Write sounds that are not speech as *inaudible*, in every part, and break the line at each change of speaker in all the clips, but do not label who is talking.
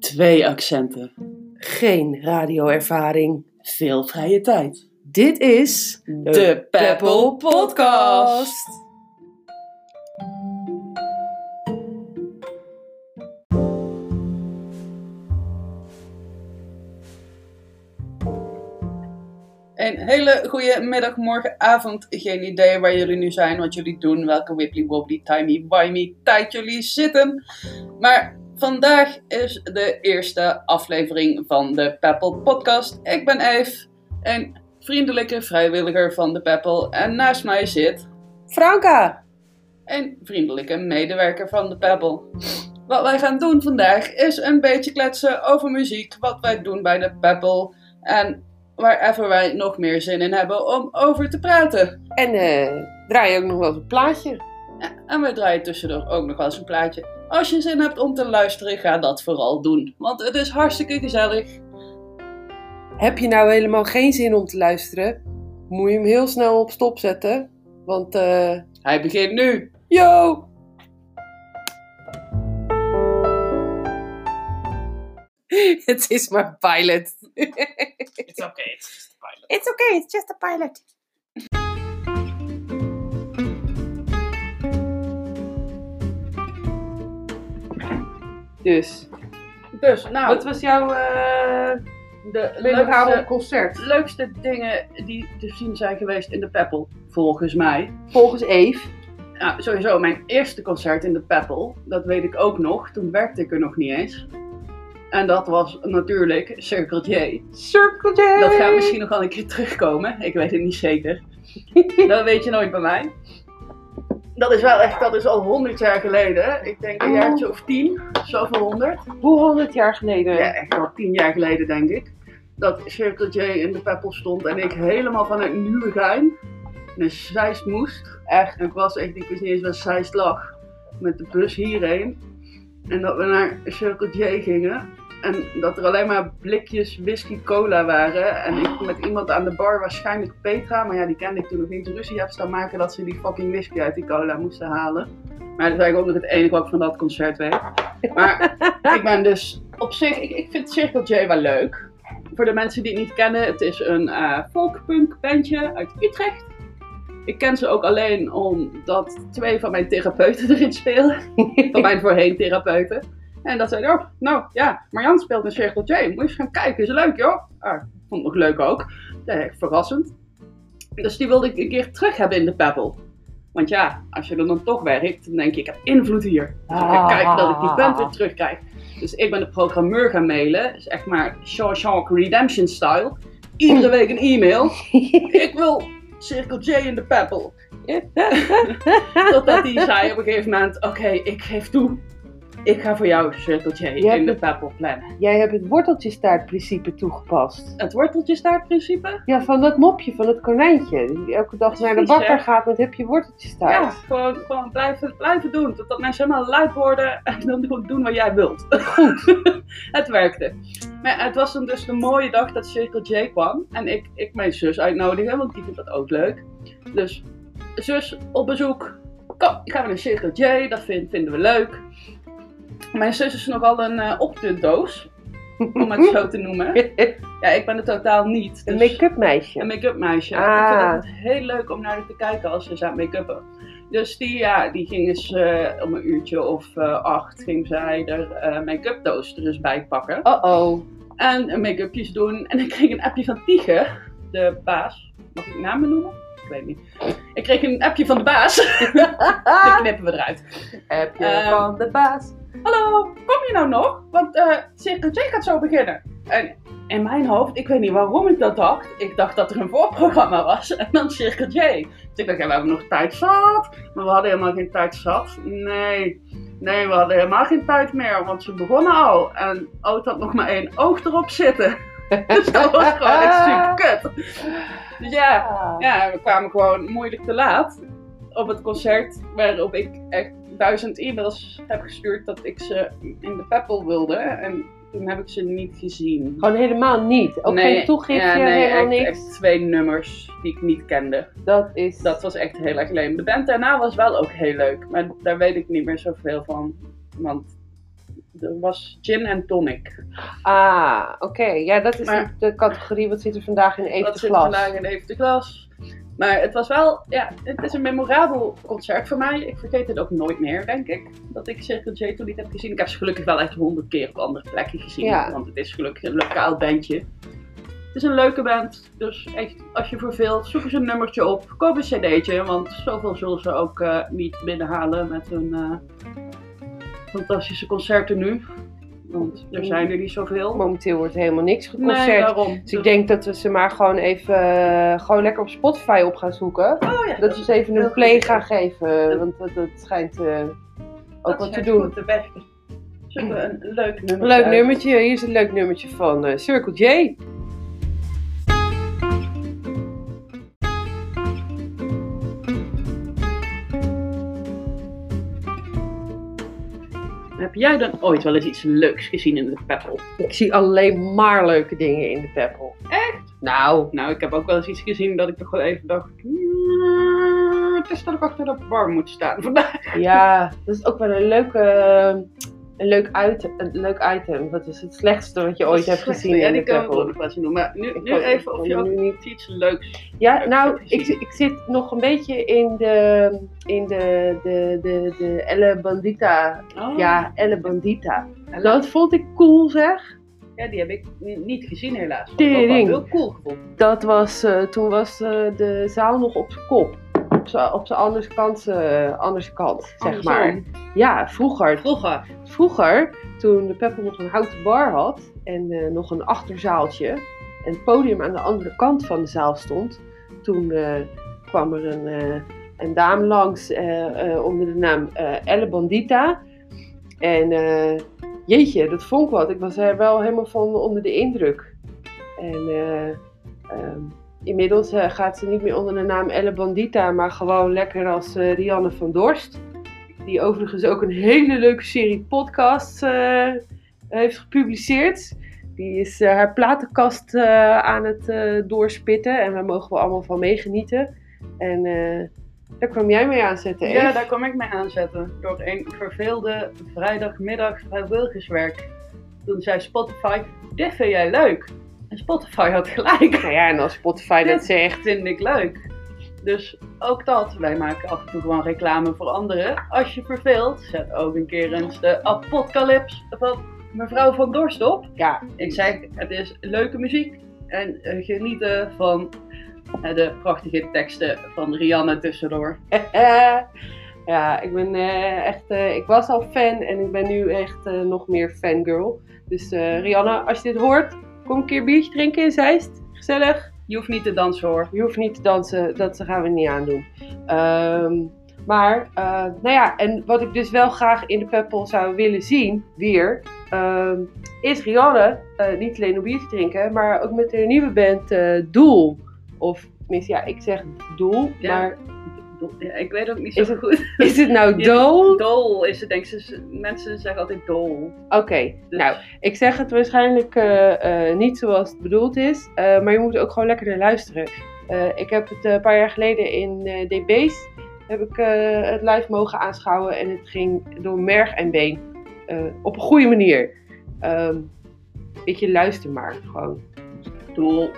Twee accenten.
Geen radioervaring.
Veel vrije tijd.
Dit is
De, Peppel Podcast. Een hele goede middag, morgen, avond. Geen idee waar jullie nu zijn, wat jullie doen, welke wibbly wobbly, timey wimey tijd jullie zitten. Maar vandaag is de eerste aflevering van de Peppel Podcast. Ik ben Eve, een vriendelijke vrijwilliger van de Peppel. En naast mij zit
Franka.
een vriendelijke medewerker van de Peppel. Wat wij gaan doen vandaag is een beetje kletsen over muziek, wat wij doen bij de Peppel en waarver wij nog meer zin in hebben om over te praten.
En eh, draai je ook nog wel eens een plaatje.
Ja, En we draaien tussendoor ook nog wel eens een plaatje. Als je zin hebt om te luisteren, ga dat vooral doen, want het is hartstikke gezellig.
Heb je nou helemaal geen zin om te luisteren? Moet je hem heel snel op stop zetten. Want, eh.
Hij begint nu.
yo! *laughs* Het is maar een pilot.
It's okay, it's just a pilot.
It's okay, it's just a pilot. Dus,
Dus, nou,
wat was jouw eh
de
Willem
leukste,
concert?
leukste dingen die te zien zijn geweest in de Peppel, volgens mij.
Volgens Eve.
Nou, sowieso, mijn eerste concert in de Peppel, dat weet ik ook nog. Toen werkte ik er nog niet eens. En dat was natuurlijk Circle J.
Circle J!
Dat gaat misschien nog wel een keer terugkomen. Ik weet het niet zeker. Dat weet je nooit bij mij. Dat is wel echt, dat is al 100 jaar geleden. Ik denk een jaartje of tien, zoveel honderd.
Hoe honderd jaar geleden?
Ja, eh, echt al tien jaar geleden denk ik. Dat Circle J in de Peppel stond en ik helemaal vanuit Nieuwegein naar Zeist moest. Echt, ik was echt, ik wist niet eens waar Zeist lag. Met de bus hierheen. En dat we naar Circle J gingen. En dat er alleen maar blikjes whisky cola waren. En ik met iemand aan de bar, waarschijnlijk Petra, maar ja, die kende ik toen nog niet. de Ruzie heb staan maken dat ze die fucking whisky uit die cola moesten halen. Maar dat is eigenlijk ook nog het enige wat ik van dat concert weet. Maar ik ben dus op zich, ik, ik vind Circle J wel leuk. Voor de mensen die het niet kennen, het is een eh folkpunk bandje uit Utrecht. Ik ken ze ook alleen omdat twee van mijn therapeuten *laughs* erin spelen. Van mijn voorheen therapeuten. En dat zeiden, oh, nou ja, Marjan speelt in Circle J. Moet je eens gaan kijken, is leuk joh. Ah, ik vond het nog leuk ook. Ja, echt verrassend. Dus die wilde ik een keer terug hebben in de Peppel. Want ja, als je er dan toch werkt, dan denk je, ik heb invloed hier. Dus ik ga kijken dat ik die band weer terugkrijg. Dus ik ben de programmeur gaan mailen. Dus echt maar Shawshank Redemption style. Iedere week een e-mail. Ik wil Circle J in de Peppel. *laughs* Totdat hij zei op een gegeven moment, oké, ik geef toe. Ik ga voor jou Circle J in
hebt
de
het-
Peppel plannen.
Jij hebt het worteltjestaartprincipe toegepast.
Het worteltjestaartprincipe?
Ja, van dat mopje van het konijntje. Die elke dag
is
naar de
vies, hè?
bakker gaat met heb je worteltjestaart.
Ja, gewoon, gewoon blijven, blijven doen. Totdat mensen helemaal luid worden en dan gewoon doen wat jij wilt. *laughs* het werkte. Maar ja, het was dan dus de mooie dag dat Circle J kwam. En ik, ik mijn zus uitnodigde, want die vindt dat ook leuk. Dus zus op bezoek. Kom, gaan we naar Circle J, dat vind- vinden we leuk. Mijn zus is nogal een eh optutdoos, om het zo te
*laughs*
noemen. Ja, ik ben het totaal niet.
Een
dus-
make-up meisje.
een make-up meisje.
Ah.
Ik vind het heel leuk om naar haar te kijken als ze is aan het make-uppen. Dus die, ja, die ging eens eh, om een uurtje of eh, acht, ging zij er eh, make-up doos er eens bij pakken.
Oh-oh.
En een make-upjes doen. En ik kreeg een appje van Tiger, de baas. Mag ik namen noemen? Ik weet niet. Ik kreeg een appje van de baas. *laughs* Die knippen we eruit.
Heb je
Ehm.
van de baas.
Hallo, kom je nou nog? Want eh Circle J gaat zo beginnen. En in mijn hoofd, ik weet niet waarom ik dat dacht. Ik dacht dat er een voorprogramma was en dan Circle J. Dus ik dacht, ja, we hebben nog tijd zat. Maar we hadden helemaal geen tijd zat. Nee, nee, we hadden helemaal geen tijd meer, want ze begonnen al. En oh, het had nog maar één oog erop zitten. *laughs* Dus dat was gewoon echt super kut. Dus ja, ja, we kwamen gewoon moeilijk te laat op het concert waarop ik echt duizend e-mails heb gestuurd dat ik ze in de peppel wilde. En toen heb ik ze niet gezien.
Gewoon helemaal niet. Ook
Nee,
geen toegifte,
ja, nee,
helemaal
echt,
niks.
echt twee nummers die ik niet kende.
Dat is...
Dat was echt heel erg leem. De band daarna was wel ook heel leuk, maar daar weet ik niet meer zoveel van. Want Er was gin en tonic.
Ah, oké. Ja, dat is
Maar-
niet de categorie wat zit er vandaag in even
dat
de
zit
glas.
vandaag in even de glas. Maar het was wel, ja, het is een memorabel concert voor mij. Ik vergeet het ook nooit meer, denk ik, dat ik Circle J toen niet heb gezien. Ik heb ze gelukkig wel echt honderd keer op andere plekken gezien,
Ja.
want het is gelukkig een lokaal bandje. Het is een leuke band, dus echt, als je verveelt, zoek eens een nummertje op, koop een cd'tje, want zoveel zullen ze ook eh, niet binnenhalen met hun eh, fantastische concerten nu. Want er zijn er niet zoveel.
Momenteel wordt helemaal niks
Nee,
geconcert.
daarom.
dus ik denk dat we ze maar gewoon even eh, gewoon lekker op Spotify op gaan zoeken.
Oh ja,
Dat we ze even een
heel
play
goed.
gaan geven. Want dat, dat schijnt eh, ook wat te
schijnt
doen.
goed de beste. Zullen we een leuk nummer
Leuk
uit?
nummertje. Hier is een leuk nummertje van eh, Circle J.
Heb jij dan ooit wel eens iets leuks gezien in de Peppel?
Ik zie alleen maar leuke dingen in de Peppel. Echt? Nou,
Nou, ik heb ook wel eens iets gezien dat ik toch wel even dacht... "Mm, Het is dat ik achter de bar moet staan
*laughs*
vandaag.
ja, dat is ook wel een leuke... eh, Een leuk, item, een leuk item. Wat is het slechtste wat je ooit hebt gezien
Ja,
in de
die kunnen we ook
Peppel?
nog wel eens doen. Maar nu,
Ik
nu
kan-
even
ik
of
kan
je
nu
ook
niet-
iets leuks...
Ja,
heb
nou,
gezien.
ik, ik zit nog een beetje in de, in de, de, de, de Elle Bandita.
Oh,
Ja, Elle Bandita.
Elle.
Dat vond ik cool, zeg.
ja, die heb ik n- niet gezien helaas. Dat
Tering.
heb ik wel heel cool gevonden.
Dat was, eh, toen was eh, de zaal nog op zijn kop. Op z'n- Op zijn andere kant, eh, andere kant zeg
Andersom.
maar. Ja, vroeger.
Vroeger.
Vroeger, toen de Peppel nog een houten bar had en eh, nog een achterzaaltje en het podium aan de andere kant van de zaal stond, toen eh, kwam er een, eh, een dame langs eh, eh, onder de naam eh Elle Bandita. En eh, jeetje, dat vond ik wat. Ik was er wel helemaal van onder de indruk. En eh, ehm, inmiddels eh, gaat ze niet meer onder de naam Elle Bandita, maar gewoon lekker als eh, Rianne van Dorst. Die overigens ook een hele leuke serie podcasts eh, heeft gepubliceerd. Die is eh, haar platenkast eh, aan het eh, doorspitten en daar mogen we allemaal van meegenieten. En eh, daar kwam jij mee aanzetten,
Ja,
Eve.
daar kwam ik mee aanzetten. Door een verveelde vrijdagmiddag vrijwilligerswerk. Toen zei Spotify, dit vind jij leuk. En Spotify had gelijk. *laughs*
Nou ja, en als Spotify dat zegt,
Vind ik leuk. Dus ook dat, wij maken af en toe gewoon reclame voor anderen. Als je verveelt, zet ook een keer eens de apocalypse van mevrouw van Dorst op.
ja,
Ik zeg, het is leuke muziek. En eh, genieten van eh, de prachtige teksten van Rihanna tussendoor.
Eh, *laughs* ja, ik ben eh, echt. eh, ik was al fan en ik ben nu echt eh, nog meer fangirl. Dus eh, Rihanna, als je dit hoort, kom een keer biertje drinken in Zeist. Gezellig.
Je hoeft niet te dansen hoor.
Je hoeft niet te dansen, dat gaan we niet aandoen. Ehm, maar, eh, nou ja, en wat ik dus wel graag in de Peppel zou willen zien, weer, ehm, is Rihanna eh, niet alleen om bier te drinken, maar ook met haar nieuwe band eh, Doel. Of tenminste, ja, ik zeg Doel,
Ja.
maar
Ja, ik weet ook niet zo
Is het-
goed.
Is het nou
*laughs* Ja.
dol?
Dol is het denk ik. Ze- Mensen zeggen altijd dol.
Oké,
Dus-
nou, ik zeg het waarschijnlijk eh, eh, niet zoals het bedoeld is, eh, maar je moet ook gewoon lekker naar luisteren. Eh, ik heb het eh, een paar jaar geleden in eh, DB's heb ik, eh, het live mogen aanschouwen en het ging door merg en been. Eh, op een goede manier. Ehm weet je, luister maar gewoon.
Dol.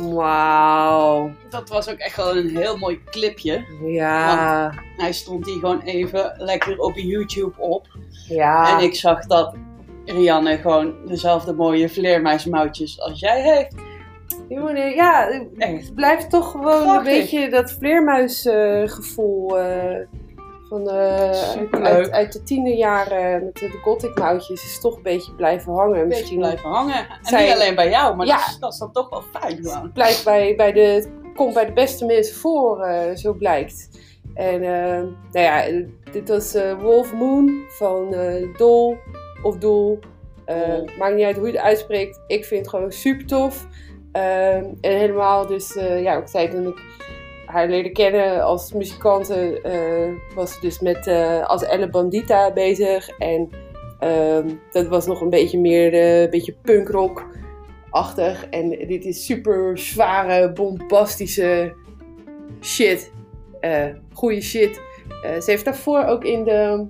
Wauw.
Dat was ook echt wel een heel mooi clipje.
Ja.
Hij stond hier gewoon even lekker op YouTube op.
Ja.
En ik zag dat Rianne gewoon dezelfde mooie vleermuismoutjes als jij heeft.
Je moet- ja,
Echt.
Het blijft toch gewoon
Grappig.
een beetje dat vleermuisgevoel van eh, uit,
Superleuk.
uit, uit de tienerjaren met de gothic moutjes is toch een beetje blijven hangen.
Een beetje
Misschien
blijven hangen. En
Zij-
niet alleen bij jou, maar
Ja.
dat, is, dat is dan toch wel fijn gewoon.
blijkt bij, bij de, het komt bij de beste mensen voor, eh, zo blijkt. En eh, nou ja, eh, dit was eh, Wolf Moon van eh Dol of Doel. Eh,
Dol.
Maakt niet uit hoe je het uitspreekt. Ik vind het gewoon super tof. Ehm, en helemaal dus, eh, ja, ik zei toen ik haar leerde kennen als muzikante, eh, was ze dus met, eh, als Elle Bandita bezig. En ehm, dat was nog een beetje meer, eh, een beetje punkrock achtig En dit is super zware, bombastische shit. Eh goede shit. Eh, ze heeft daarvoor ook in de.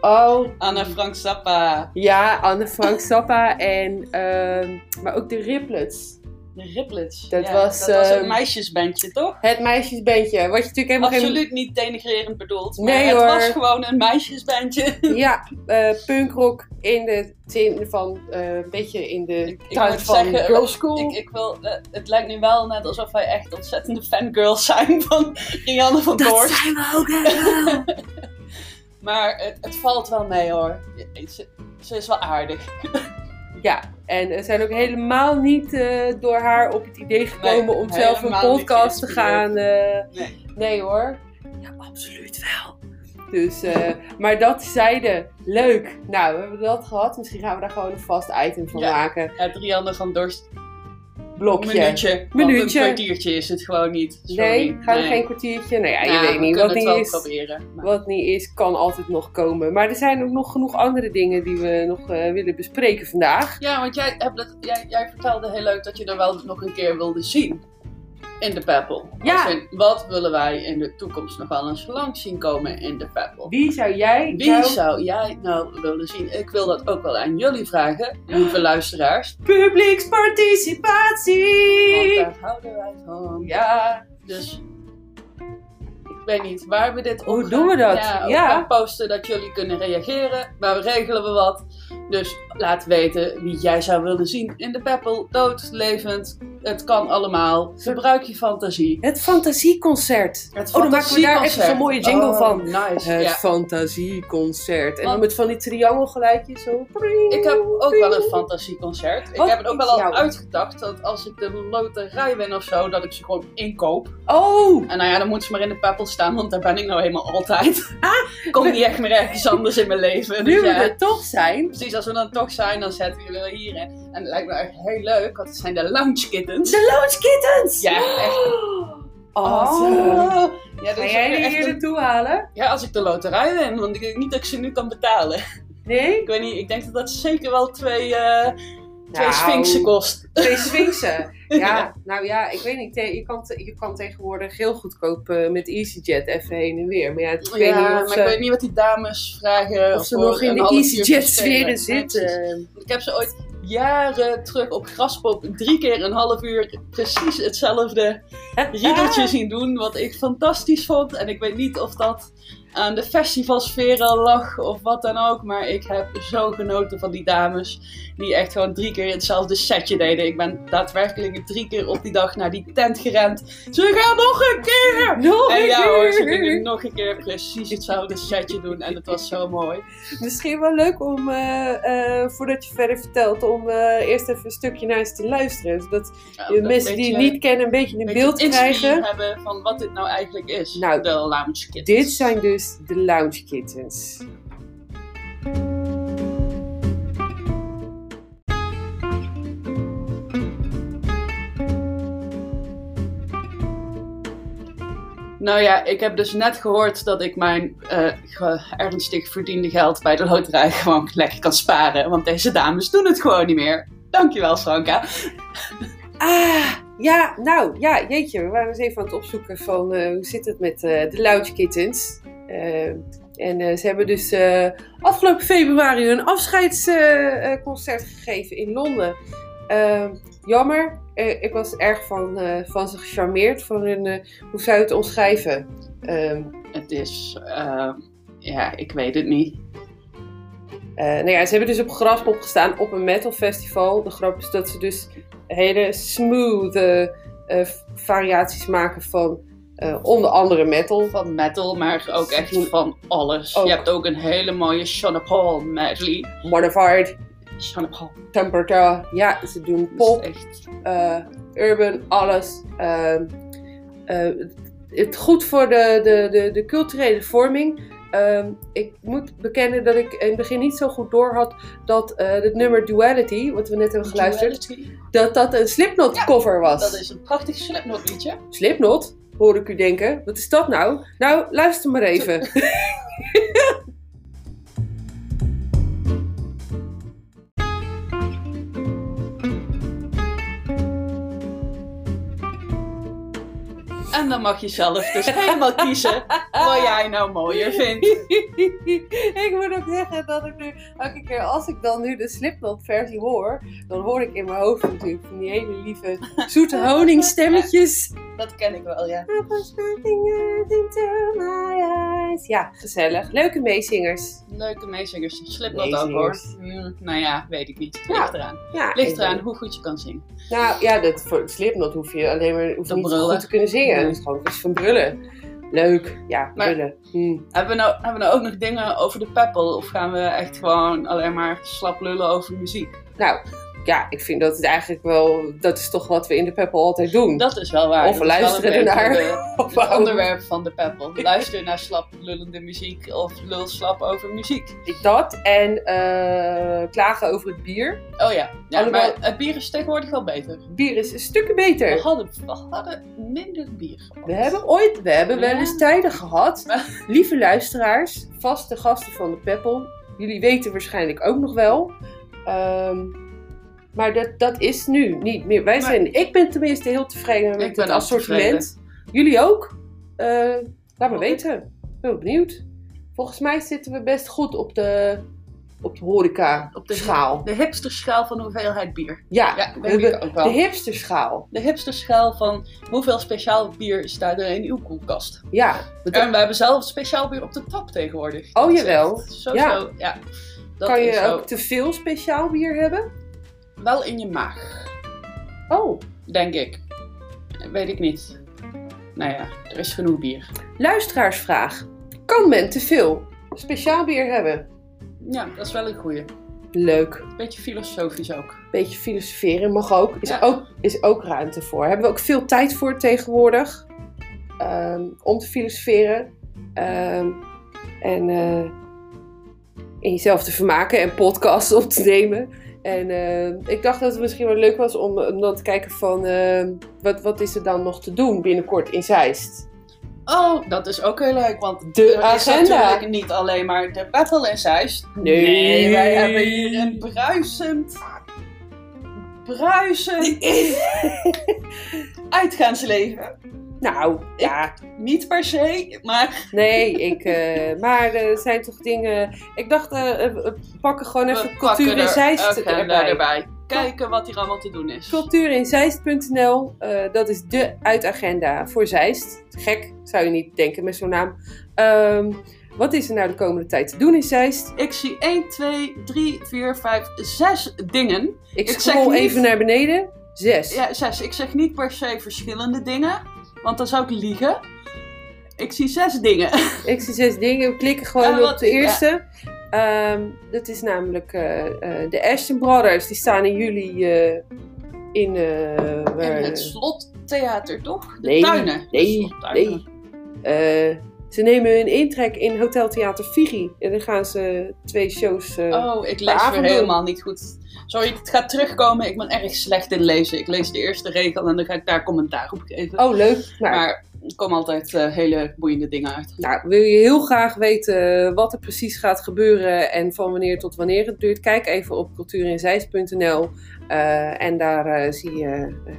Oh,
Anne Frank Zappa.
ja, Anne
*laughs*
Frank Sappa en. ehm, maar ook de Riplets.
De Riblets.
Dat was,
dat was
eh,
een meisjesbandje, toch?
Het meisjesbandje. Wat je natuurlijk helemaal geen-
Absoluut niet denigrerend bedoeld. Maar
Nee,
het
hoor.
was gewoon een meisjesbandje.
Ja, eh, punkrock in de zin van. eh, een beetje in de
Ik- ik
tijd
moet
van
zeggen,
Girl School.
Ik, ik wil, eh, het lijkt nu wel net alsof wij echt ontzettende fangirls zijn van Rianne van Doorn.
zijn we ook helemaal.
Maar het, het valt wel mee hoor. Je- Ze, ze is wel aardig.
Ja, en we zijn ook helemaal niet eh, door haar op het idee gekomen
Nee,
om zelf een
helemaal niet
podcast te gaan. eh,
Nee.
nee hoor. Ja, absoluut wel. Dus, eh, maar dat zeiden, leuk. Nou, we hebben dat gehad. Misschien gaan we daar gewoon een vast item van
Ja.
maken.
Het Rianne van Dorst
Blokje.
minuutje. Want
Minuutje.
een kwartiertje is het gewoon niet. Sorry.
Nee, gaan we geen kwartiertje? Nou ja, je
Nou,
weet niet.
We
Wat
kunnen het
niet,
wel
is,
proberen. Maar
wat niet is, kan altijd nog komen. Maar er zijn ook nog genoeg andere dingen die we nog eh, willen bespreken vandaag.
Ja, want jij, hebt het, jij, jij vertelde heel leuk dat je er wel nog een keer wilde zien. In de Peppel.
Ja.
Als in, wat willen wij in de toekomst nog wel eens langs zien komen in de Peppel?
Wie zou jij
Wie
nou-
zou jij nou willen zien? Ik wil dat ook wel aan jullie vragen,
*gasps*
lieve luisteraars. Want
Publieksparticipatie!
daar houden wij van.
Ja,
Dus ik weet niet waar we dit op
Hoe
gaan-
doen we dat?
Ja,
Ja.
We gaan posten dat jullie kunnen reageren. Maar we regelen we wat. Dus laat weten wie jij zou willen zien in de peppel. Dood, levend. Het kan allemaal. Gebruik je fantasie.
het fantasieconcert.
Het
Oh, dan maken we daar
fantasieconcert.
even zo'n mooie jingle
Oh,
van.
Nice.
Het
ja.
fantasieconcert. En dan
Want-
met van die triangelgeluidjes zo.
Ik heb ook wel een fantasieconcert. Ik
Wat
heb het ook
is
wel al
jouw-
uitgedacht dat als ik de loterij win of zo, dat ik ze gewoon inkoop.
Oh!
En nou ja, dan moet ze maar in de peppel staan, want daar ben ik nou helemaal altijd.
Ah,
*laughs* Kom niet echt meer ergens anders in mijn leven.
Nu
Dus
we
ja,
er toch zijn.
precies, als we dan toch zijn, dan zetten we jullie hierin. En het lijkt me echt heel leuk, want het zijn de lounge kittens.
De Lounge Kittens!
Ja, echt.
Awesome.
Ja, dat
Oh. Ga
is
jij
ook
die
echt
hier
een-
naartoe halen?
ja, als ik de loterij win, want ik denk niet dat ik ze nu kan betalen.
Nee?
Ik weet niet, ik denk dat dat zeker wel twee, eh twee
Nou.
sphinxen kost.
Twee Sphinxen.
*laughs*
Ja, nou ja, ik weet niet. Je kan, te- je kan tegenwoordig heel goedkoop eh, met EasyJet even heen en weer. Maar ja, ik weet
ja,
niet
maar
of
ik
ze,
weet niet wat die dames vragen.
of ze
voor
nog in
een
de
half uurtje
EasyJet-sferen
spelen. Ja, precies.
zitten.
*laughs* Ik heb ze ooit jaren terug op Graspop drie keer een half uur precies hetzelfde riedeltje zien doen. Wat ik fantastisch vond. En ik weet niet of dat aan de festivalsfeer al lag of wat dan ook. Maar ik heb zo genoten van die dames. Die echt gewoon drie keer hetzelfde setje deden. Ik ben daadwerkelijk drie keer op die dag naar die tent gerend. Ze gaan nog een keer!
*laughs*
*laughs*
Nog
En
een
ja hoor, ze *laughs*
keer!
gingen nog een keer precies hetzelfde setje doen. En het was zo mooi.
Misschien wel leuk om, eh, eh, voordat je verder vertelt, om eh, eerst even een stukje naar eens te luisteren. Zodat
Ja,
je
dat
mensen die
beetje-
het niet kennen een beetje een
Een
beeld
beetje inzicht
krijgen.
hebben van wat dit nou eigenlijk is.
Nou,
de lounge kittens.
Dit zijn dus de Lounge Kittens.
Nou ja, ik heb dus net gehoord dat ik mijn eh, ge- ernstig verdiende geld bij de loterij gewoon lekker kan sparen. Want deze dames doen het gewoon niet meer. Dankjewel, Franka.
Ah, ja, nou, ja, jeetje. We waren eens even aan het opzoeken van eh, hoe zit het met eh, de Lounge Kittens. Eh, en eh, ze hebben dus eh, afgelopen februari hun afscheidsconcert eh, gegeven in Londen. Eh, jammer, Eh, ik was erg van, eh, van ze gecharmeerd. Van hun, eh, hoe zou je het omschrijven? Ehm,
Het is, eh, ja, ik weet het niet.
Eh, nou ja, ze hebben dus op Graspop gestaan op een metal festival. De grap is dat ze dus hele smooth eh, eh, variaties maken van eh, onder andere metal.
Van metal, maar ook echt van alles.
Ook.
Je hebt ook een hele mooie Sean Paul medley.
Modified,
Sean Paul.
Temperature. Ja, ze doen
is
pop,
echt
eh, urban, alles. Ehm, eh, het goed voor de, de, de, de culturele vorming. Ehm, ik moet bekennen dat ik in het begin niet zo goed door had dat eh, het nummer Duality, wat we net hebben geluisterd,
Duality.
dat dat een Slipknot
Ja,
cover was.
Dat is een prachtig Slipknot liedje.
Slipknot? Hoor ik u denken. Wat is dat nou? Nou, luister maar even.
En dan mag je zelf dus helemaal kiezen *laughs* wat jij nou mooier vindt.
*laughs* ik moet ook zeggen dat ik nu, elke keer als ik dan nu de Slipknot versie hoor, dan hoor ik in mijn hoofd natuurlijk van die hele lieve zoete honingstemmetjes. *laughs*
Dat ken ik wel, ja.
Ja, gezellig. Leuke meezingers.
Leuke meezingers. Slipknot
Nee,
ook hoor.
zingers.
Mm, nou ja, weet ik niet.
Ja.
Ligt eraan.
Ja,
Ligt
ik-
eraan hoe goed je kan zingen.
Nou ja, dat, voor Slipknot hoef je alleen maar hoef je
Dan
niet
brullen.
goed te kunnen zingen.
Nee.
Het is gewoon iets van brullen. Leuk. Ja,
Maar-
brullen. Hm.
Hebben we, nou, hebben we nou ook nog dingen over de peppel? Of gaan we echt gewoon alleen maar slap lullen over muziek?
Nou, ja, ik vind dat het eigenlijk wel... Dat is toch wat we in de Peppel altijd doen.
Dat is wel waar.
Of
Dat is wel
luisteren
een beetje
naar- *laughs*
de-
Of
Het
waarom-
onderwerp van de peppel. Luister naar slap lullende muziek of lul slap over muziek.
Dat en eh, klagen over het bier.
Oh ja, ja
Allemaal-
maar het bier is tegenwoordig wel beter.
Bier is een stukken
We
beter.
hadden, we hadden minder bier. gehad.
We hebben ooit, we hebben wel
Ja.
eens tijden gehad. Lieve luisteraars, vaste gasten van de Peppel. Jullie weten waarschijnlijk ook nog wel. Ehm, maar dat, dat is nu niet meer. Wij
Maar-
zijn, ik ben tenminste heel tevreden met
ben
het
ook
assortiment. Jullie ook? Eh,
Oh.
laat me weten. Ik ben wel benieuwd. Volgens mij zitten we best goed op de, op de horeca
Op de-
schaal.
De hipsterschaal van hoeveelheid bier.
Ja,
Ja,
we
weet
hebben
ik ook
de
wel.
hipsterschaal.
De hipsterschaal van hoeveel speciaal bier staat er in uw koelkast.
Ja, dat-
En we hebben zelf speciaal bier op de tap tegenwoordig. Dus
Oh,
Dat is
jawel.
echt Zo,
Ja.
zo, ja. Dat
kan
is
je
zo.
ook te veel speciaal bier hebben?
Wel in je maag,
Oh,
denk ik. Weet ik niet. Nou ja, er is genoeg bier.
luisteraarsvraag. Kan men te veel speciaal bier hebben?
Ja, dat is wel een goeie.
Leuk.
Beetje filosofisch ook.
Beetje filosoferen mag ook. Is,
Ja.
ook, is ook ruimte voor. Hebben we ook veel tijd voor tegenwoordig. ehm, om te filosoferen. Ehm, en, eh, en jezelf te vermaken en podcasts *laughs* op te nemen. En eh, ik dacht dat het misschien wel leuk was om, om dan te kijken van... ehm, wat, wat is er dan nog te doen binnenkort in Zeist?
Oh, dat is ook heel leuk, want
De
er is
agenda.
natuurlijk niet alleen maar de battle in Zeist.
Nee.
wij hebben hier een bruisend, bruisend uitgaansleven.
Nou, ja...
Niet per se, maar
Nee, ik, eh, maar er zijn toch dingen. Ik dacht, eh, eh, we pakken gewoon even
we pakken
cultuur in
er
Zeist
agenda
erbij.
erbij. Kijken wat hier allemaal te doen is.
Cultuur in Zeist.nl, eh, dat is de uitagenda voor Zeist. Gek, zou je niet denken met zo'n naam. Ehm, wat is er nou de komende tijd te doen in Zeist?
Ik zie 1, 2, 3, 4, 5, 6 dingen.
Ik
Ik
scroll
zeg niet-
even naar beneden. Zes.
Ja, 6. Ik zeg niet per se verschillende dingen, want dan zou ik liegen. Ik zie zes dingen.
Ik zie zes dingen. We klikken gewoon
Ja, wat-
op de eerste. Ehm, dat is namelijk eh, eh, de Ashton Brothers. Die staan in juli eh, in... eh,
In
waar-
het slottheater, toch? De
Nee,
tuinen.
Nee,
De slottuinen.
nee. Eh, ze nemen een intrek in Hotel Theater Figi. En dan gaan ze twee shows... eh,
Oh, ik lees weer
avond doen.
helemaal niet goed. Sorry, het gaat terugkomen. Ik ben erg slecht in lezen. Ik lees de eerste regel en dan ga ik daar commentaar op geven.
oh, leuk. Nou,
Maar er komen altijd eh, hele boeiende dingen uit.
nou, wil je heel graag weten wat er precies gaat gebeuren... en van wanneer tot wanneer het duurt... kijk even op cultuurinzeist.nl. eh, en daar eh, zie je eh,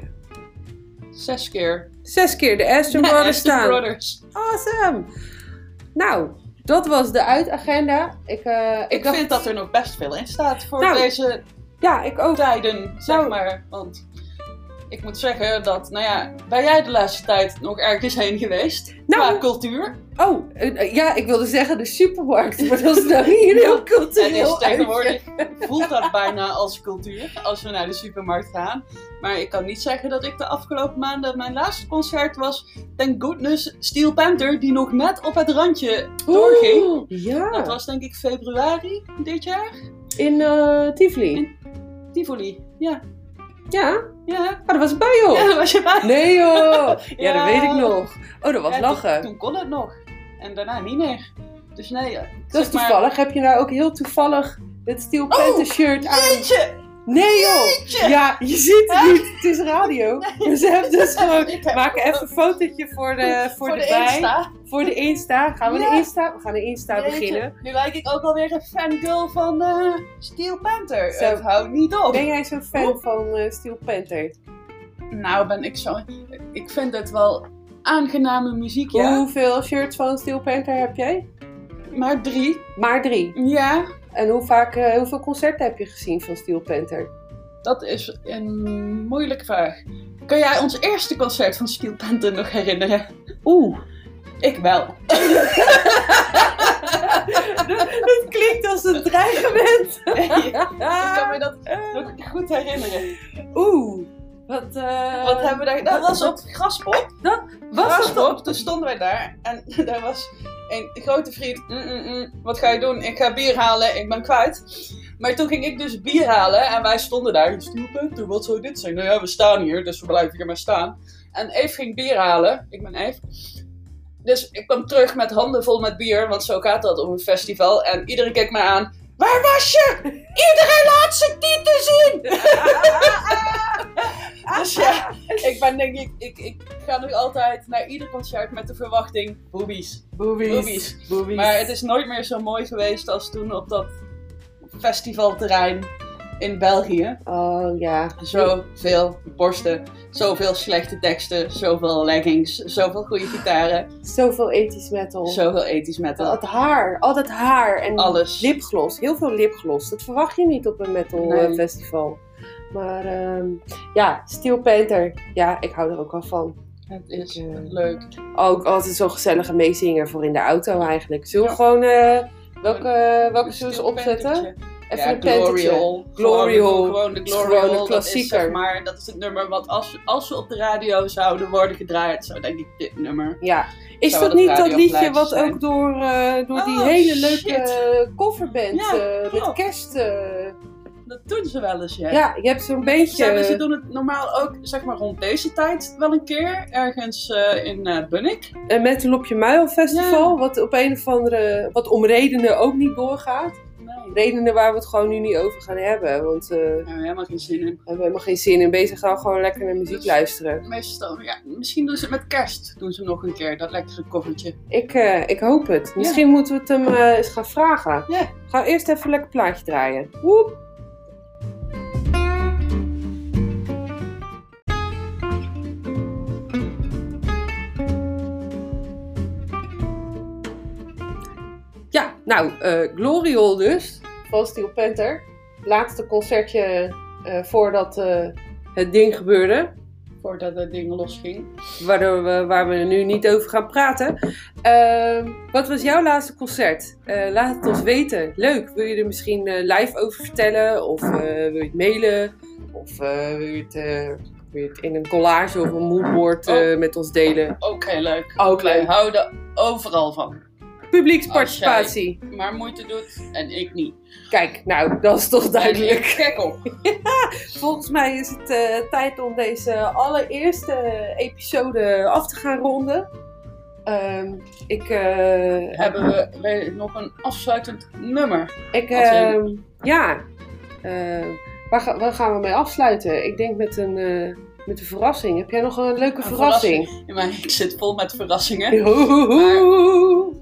Zes keer.
zes keer de
*laughs*
Ashton
Ja,
Brothers
Aston
staan.
Brothers.
Awesome! Nou, dat was de uitagenda. Ik, eh, ik,
Ik
dacht-
vind dat er nog best veel in staat voor
Nou.
deze
Ja, ik ook.
tijden, zeg
Nou.
maar. Want ik moet zeggen dat, nou ja, ben jij de laatste tijd nog ergens heen geweest?
Nou.
Qua cultuur.
Oh, eh, eh, ja, ik wilde zeggen de supermarkt. Maar dat is nou
*laughs*
hier heel
En is
cultureel uitje.
tegenwoordig voelt dat bijna als cultuur als we naar de supermarkt gaan. Maar ik kan niet zeggen dat ik de afgelopen maanden mijn laatste concert was. Thank goodness Steel Panther, die nog net op het randje doorging.
Oeh, Ja,
Dat was denk ik februari dit jaar.
in eh Tivoli.
In- Tivoli. Ja,
Ja,
ja.
ah, dat was bij joh.
Ja, daar was je bij.
Nee
*laughs*
joh. Ja,
Ja.
dat weet ik nog. Oh, dat was
Ja,
lachen.
Toen, toen kon het nog. En daarna niet meer. Dus nee. eh,
dat is
zeg maar- Oh,
toevallig. Heb je nou ook heel toevallig het Steel Panther shirt aan?
Jeetje!
Nee joh.
Jeetje!
Ja, je ziet het niet. Het is
*laughs*
radio. Dus ze hebben dus gewoon...
Ik heb-
Maak even een fotootje voor de, eh, voor
voor
de,
de
bij.
Insta.
Voor de Insta. Gaan we de
Ja.
Insta? We gaan de Insta
Jeetje,
beginnen.
Nu lijk ik ook alweer een fangirl van eh, Steel Panther.
Zo.
Het houdt niet op.
Ben jij zo'n
Oh.
fan van eh, Steel Panther?
Nou ben ik zo... Ik vind het wel aangename muziek, ja.
Hoeveel shirts van Steel Panther heb jij?
Maar drie.
Maar drie.
Ja,
En hoe vaak, eh, hoeveel concerten heb je gezien van Steel
*laughs*
Panther?
dat is een moeilijke vraag. Kan jij ons eerste concert van Steel Panther nog herinneren?
Oeh,
Ik
*laughs*
wel. *laughs*
Het klinkt als een *laughs* dreigement.
Ik kan me dat nog goed herinneren.
Oeh. Wat, eh,
Wat hebben we daar... Dat was op Graspop.
was dat
Graspop, toen stonden wij daar. En *laughs* daar was een grote vriend. "Mm, mm, mm, wat ga je doen? Ik ga bier halen. Ik ben kwijt. Maar toen ging ik dus bier halen. En wij stonden daar. Dus Stoelpunten, wat zou dit zijn? Nou ja, we staan hier. Dus we blijven hier maar staan. En Eve ging bier halen. Ik ben Eve. Dus ik kwam terug met handen vol met bier. Want zo gaat dat op een festival. En iedereen keek mij aan. Waar was je? Iedereen laat zijn tieten zien! *laughs* dus ja, ik ben denk ik, ik, ik ga nog altijd naar ieder concert met de verwachting boobies.
Boobies.
Boobies.
Boobies.
Maar het is nooit meer zo mooi geweest als toen op dat festivalterrein in België.
Oh ja.
Zoveel borsten, zoveel slechte teksten, zoveel leggings, zoveel goede gitaren,
Zoveel ethisch metal.
zoveel ethisch metal.
Het haar. Al dat haar. En
Alles.
lipgloss. Heel veel lipgloss. Dat verwacht je niet op een metal
Nee.
eh, festival. Maar ehm, ja, Steel Panther. Ja, ik hou er ook al van.
Het is
Ja. eh,
leuk.
Ook altijd zo'n gezellige meezinger voor in de auto eigenlijk. Zullen we
Ja.
gewoon... eh, welke welke
Stil
zullen we eens opzetten?
pantertje.
Even
ja,
een pantertje.
Glorial.
Glory
Gewoon-
Hole.
Gewoon de
Het is
Glory
gewoon een
Hole, dat is
klassieker.
zeg maar, dat is het nummer wat als, als ze op de radio zouden worden gedraaid, zou denk ik dit nummer.
Ja. Is
Zou
dat
dat
niet dat liedje
radiopleitjes
wat
zijn?
ook door, eh, door die
Oh,
hele
shit.
leuke eh, coverband
Ja,
eh, met
klopt.
kerst... eh,
Dat doen ze wel eens, ja.
ja, je hebt zo'n
Ze, hebben- ze
beetje...
doen het normaal ook, zeg maar, rond deze tijd wel een keer. Ergens eh, in eh Bunnik.
Een metal op je muil festival, wat op een of andere... wat om redenen ook niet doorgaat.
Nee, daar
Redenen waar we het gewoon nu niet over gaan hebben, want... eh,
hebben we helemaal geen zin in.
we hebben helemaal geen zin in bezig, gaan we gewoon lekker naar muziek
Dus-
luisteren.
Meestal, ja, misschien doen ze het met kerst. Doen ze hem nog een keer, dat lekkere koffertje.
Ik, eh, ik hoop het. Misschien moeten we het hem eh, eens gaan vragen.
Ja.
Ga eerst even een lekker plaatje draaien. Woep. Ja, nou, eh Gloriol dus, van Steel Panther. Laatste concertje eh, voordat eh, het ding gebeurde
Voordat het ding losging.
waardoor we, waar we er nu niet over gaan praten. Ehm, wat was jouw laatste concert? Eh, laat het ons weten. Leuk. Wil je er misschien eh, live over vertellen? Of eh, wil je het mailen? Of eh, wil, je het, eh, wil je het in een collage of een moodboard eh, met ons delen?
Ook heel leuk.
Ook
Wij
leuk.
houden overal van.
Eh, Publieksparticipatie.
Maar moeite doet en ik niet.
Kijk, nou, dat is
Ben
toch
ik
duidelijk.
gek op.
Volgens mij is het eh, tijd om deze allereerste episode af te gaan ronden. Ehm, ik, eh,
hebben we we- nog een afsluitend nummer.
Ik,
Als jij-
ehm, ja. Ehm, waar, ga- waar gaan we mee afsluiten? Ik denk met een, eh, met een verrassing. Heb jij nog een leuke
Een
verrassing?
Ja, Maar ik zit vol met verrassingen.
*laughs* Hohoho.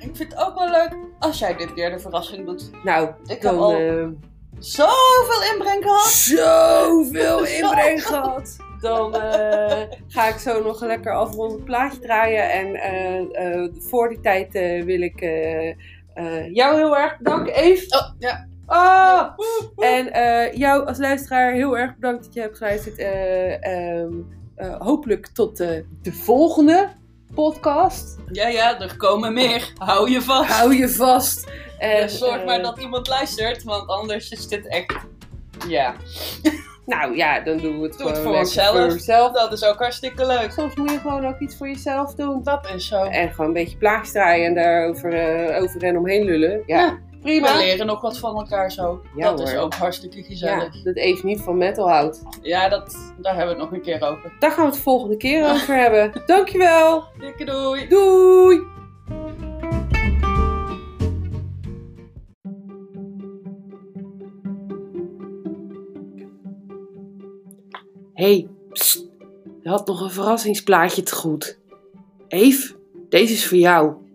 Ik vind het ook wel leuk als jij dit keer de verrassing doet.
Nou,
Ik heb
dan
al
ehm,
zoveel inbreng gehad.
*laughs* zoveel inbreng gehad. Dan eh, ga ik zo nog een lekker afrondend plaatje draaien. En eh, eh, voor die tijd eh, wil ik eh, eh, jou heel erg bedanken, Eve.
Oh, ja.
Ah!
Woe, woe.
En eh, jou als luisteraar heel erg bedankt dat je hebt geluisterd. Eh, ehm, eh, hopelijk tot eh, de volgende podcast.
Ja, ja, er komen meer. Hou je vast.
Hou je vast. En,
En zorg
eh,
maar dat iemand luistert, want anders is dit echt... Ja,
Nou ja, dan doen we het
doe het
gewoon
voor
lekker
onszelf.
voor onszelf.
Dat is ook hartstikke leuk.
Soms moet je gewoon ook iets voor jezelf doen.
Dat is zo.
En gewoon een beetje plaatjes draaien en daarover eh, over en omheen lullen. Ja,
Ja,
prima.
We leren ook wat van elkaar zo.
Ja,
dat is
hoor.
ook hartstikke
Ja,
gezellig. Ja,
dat even niet van metal houdt.
dat, daar hebben we het nog een keer over.
Daar gaan we het volgende keer over hebben. Dankjewel.
Dikke doei.
Doei. hey, psst. Je had nog een verrassingsplaatje te goed. Eve, deze is voor jou.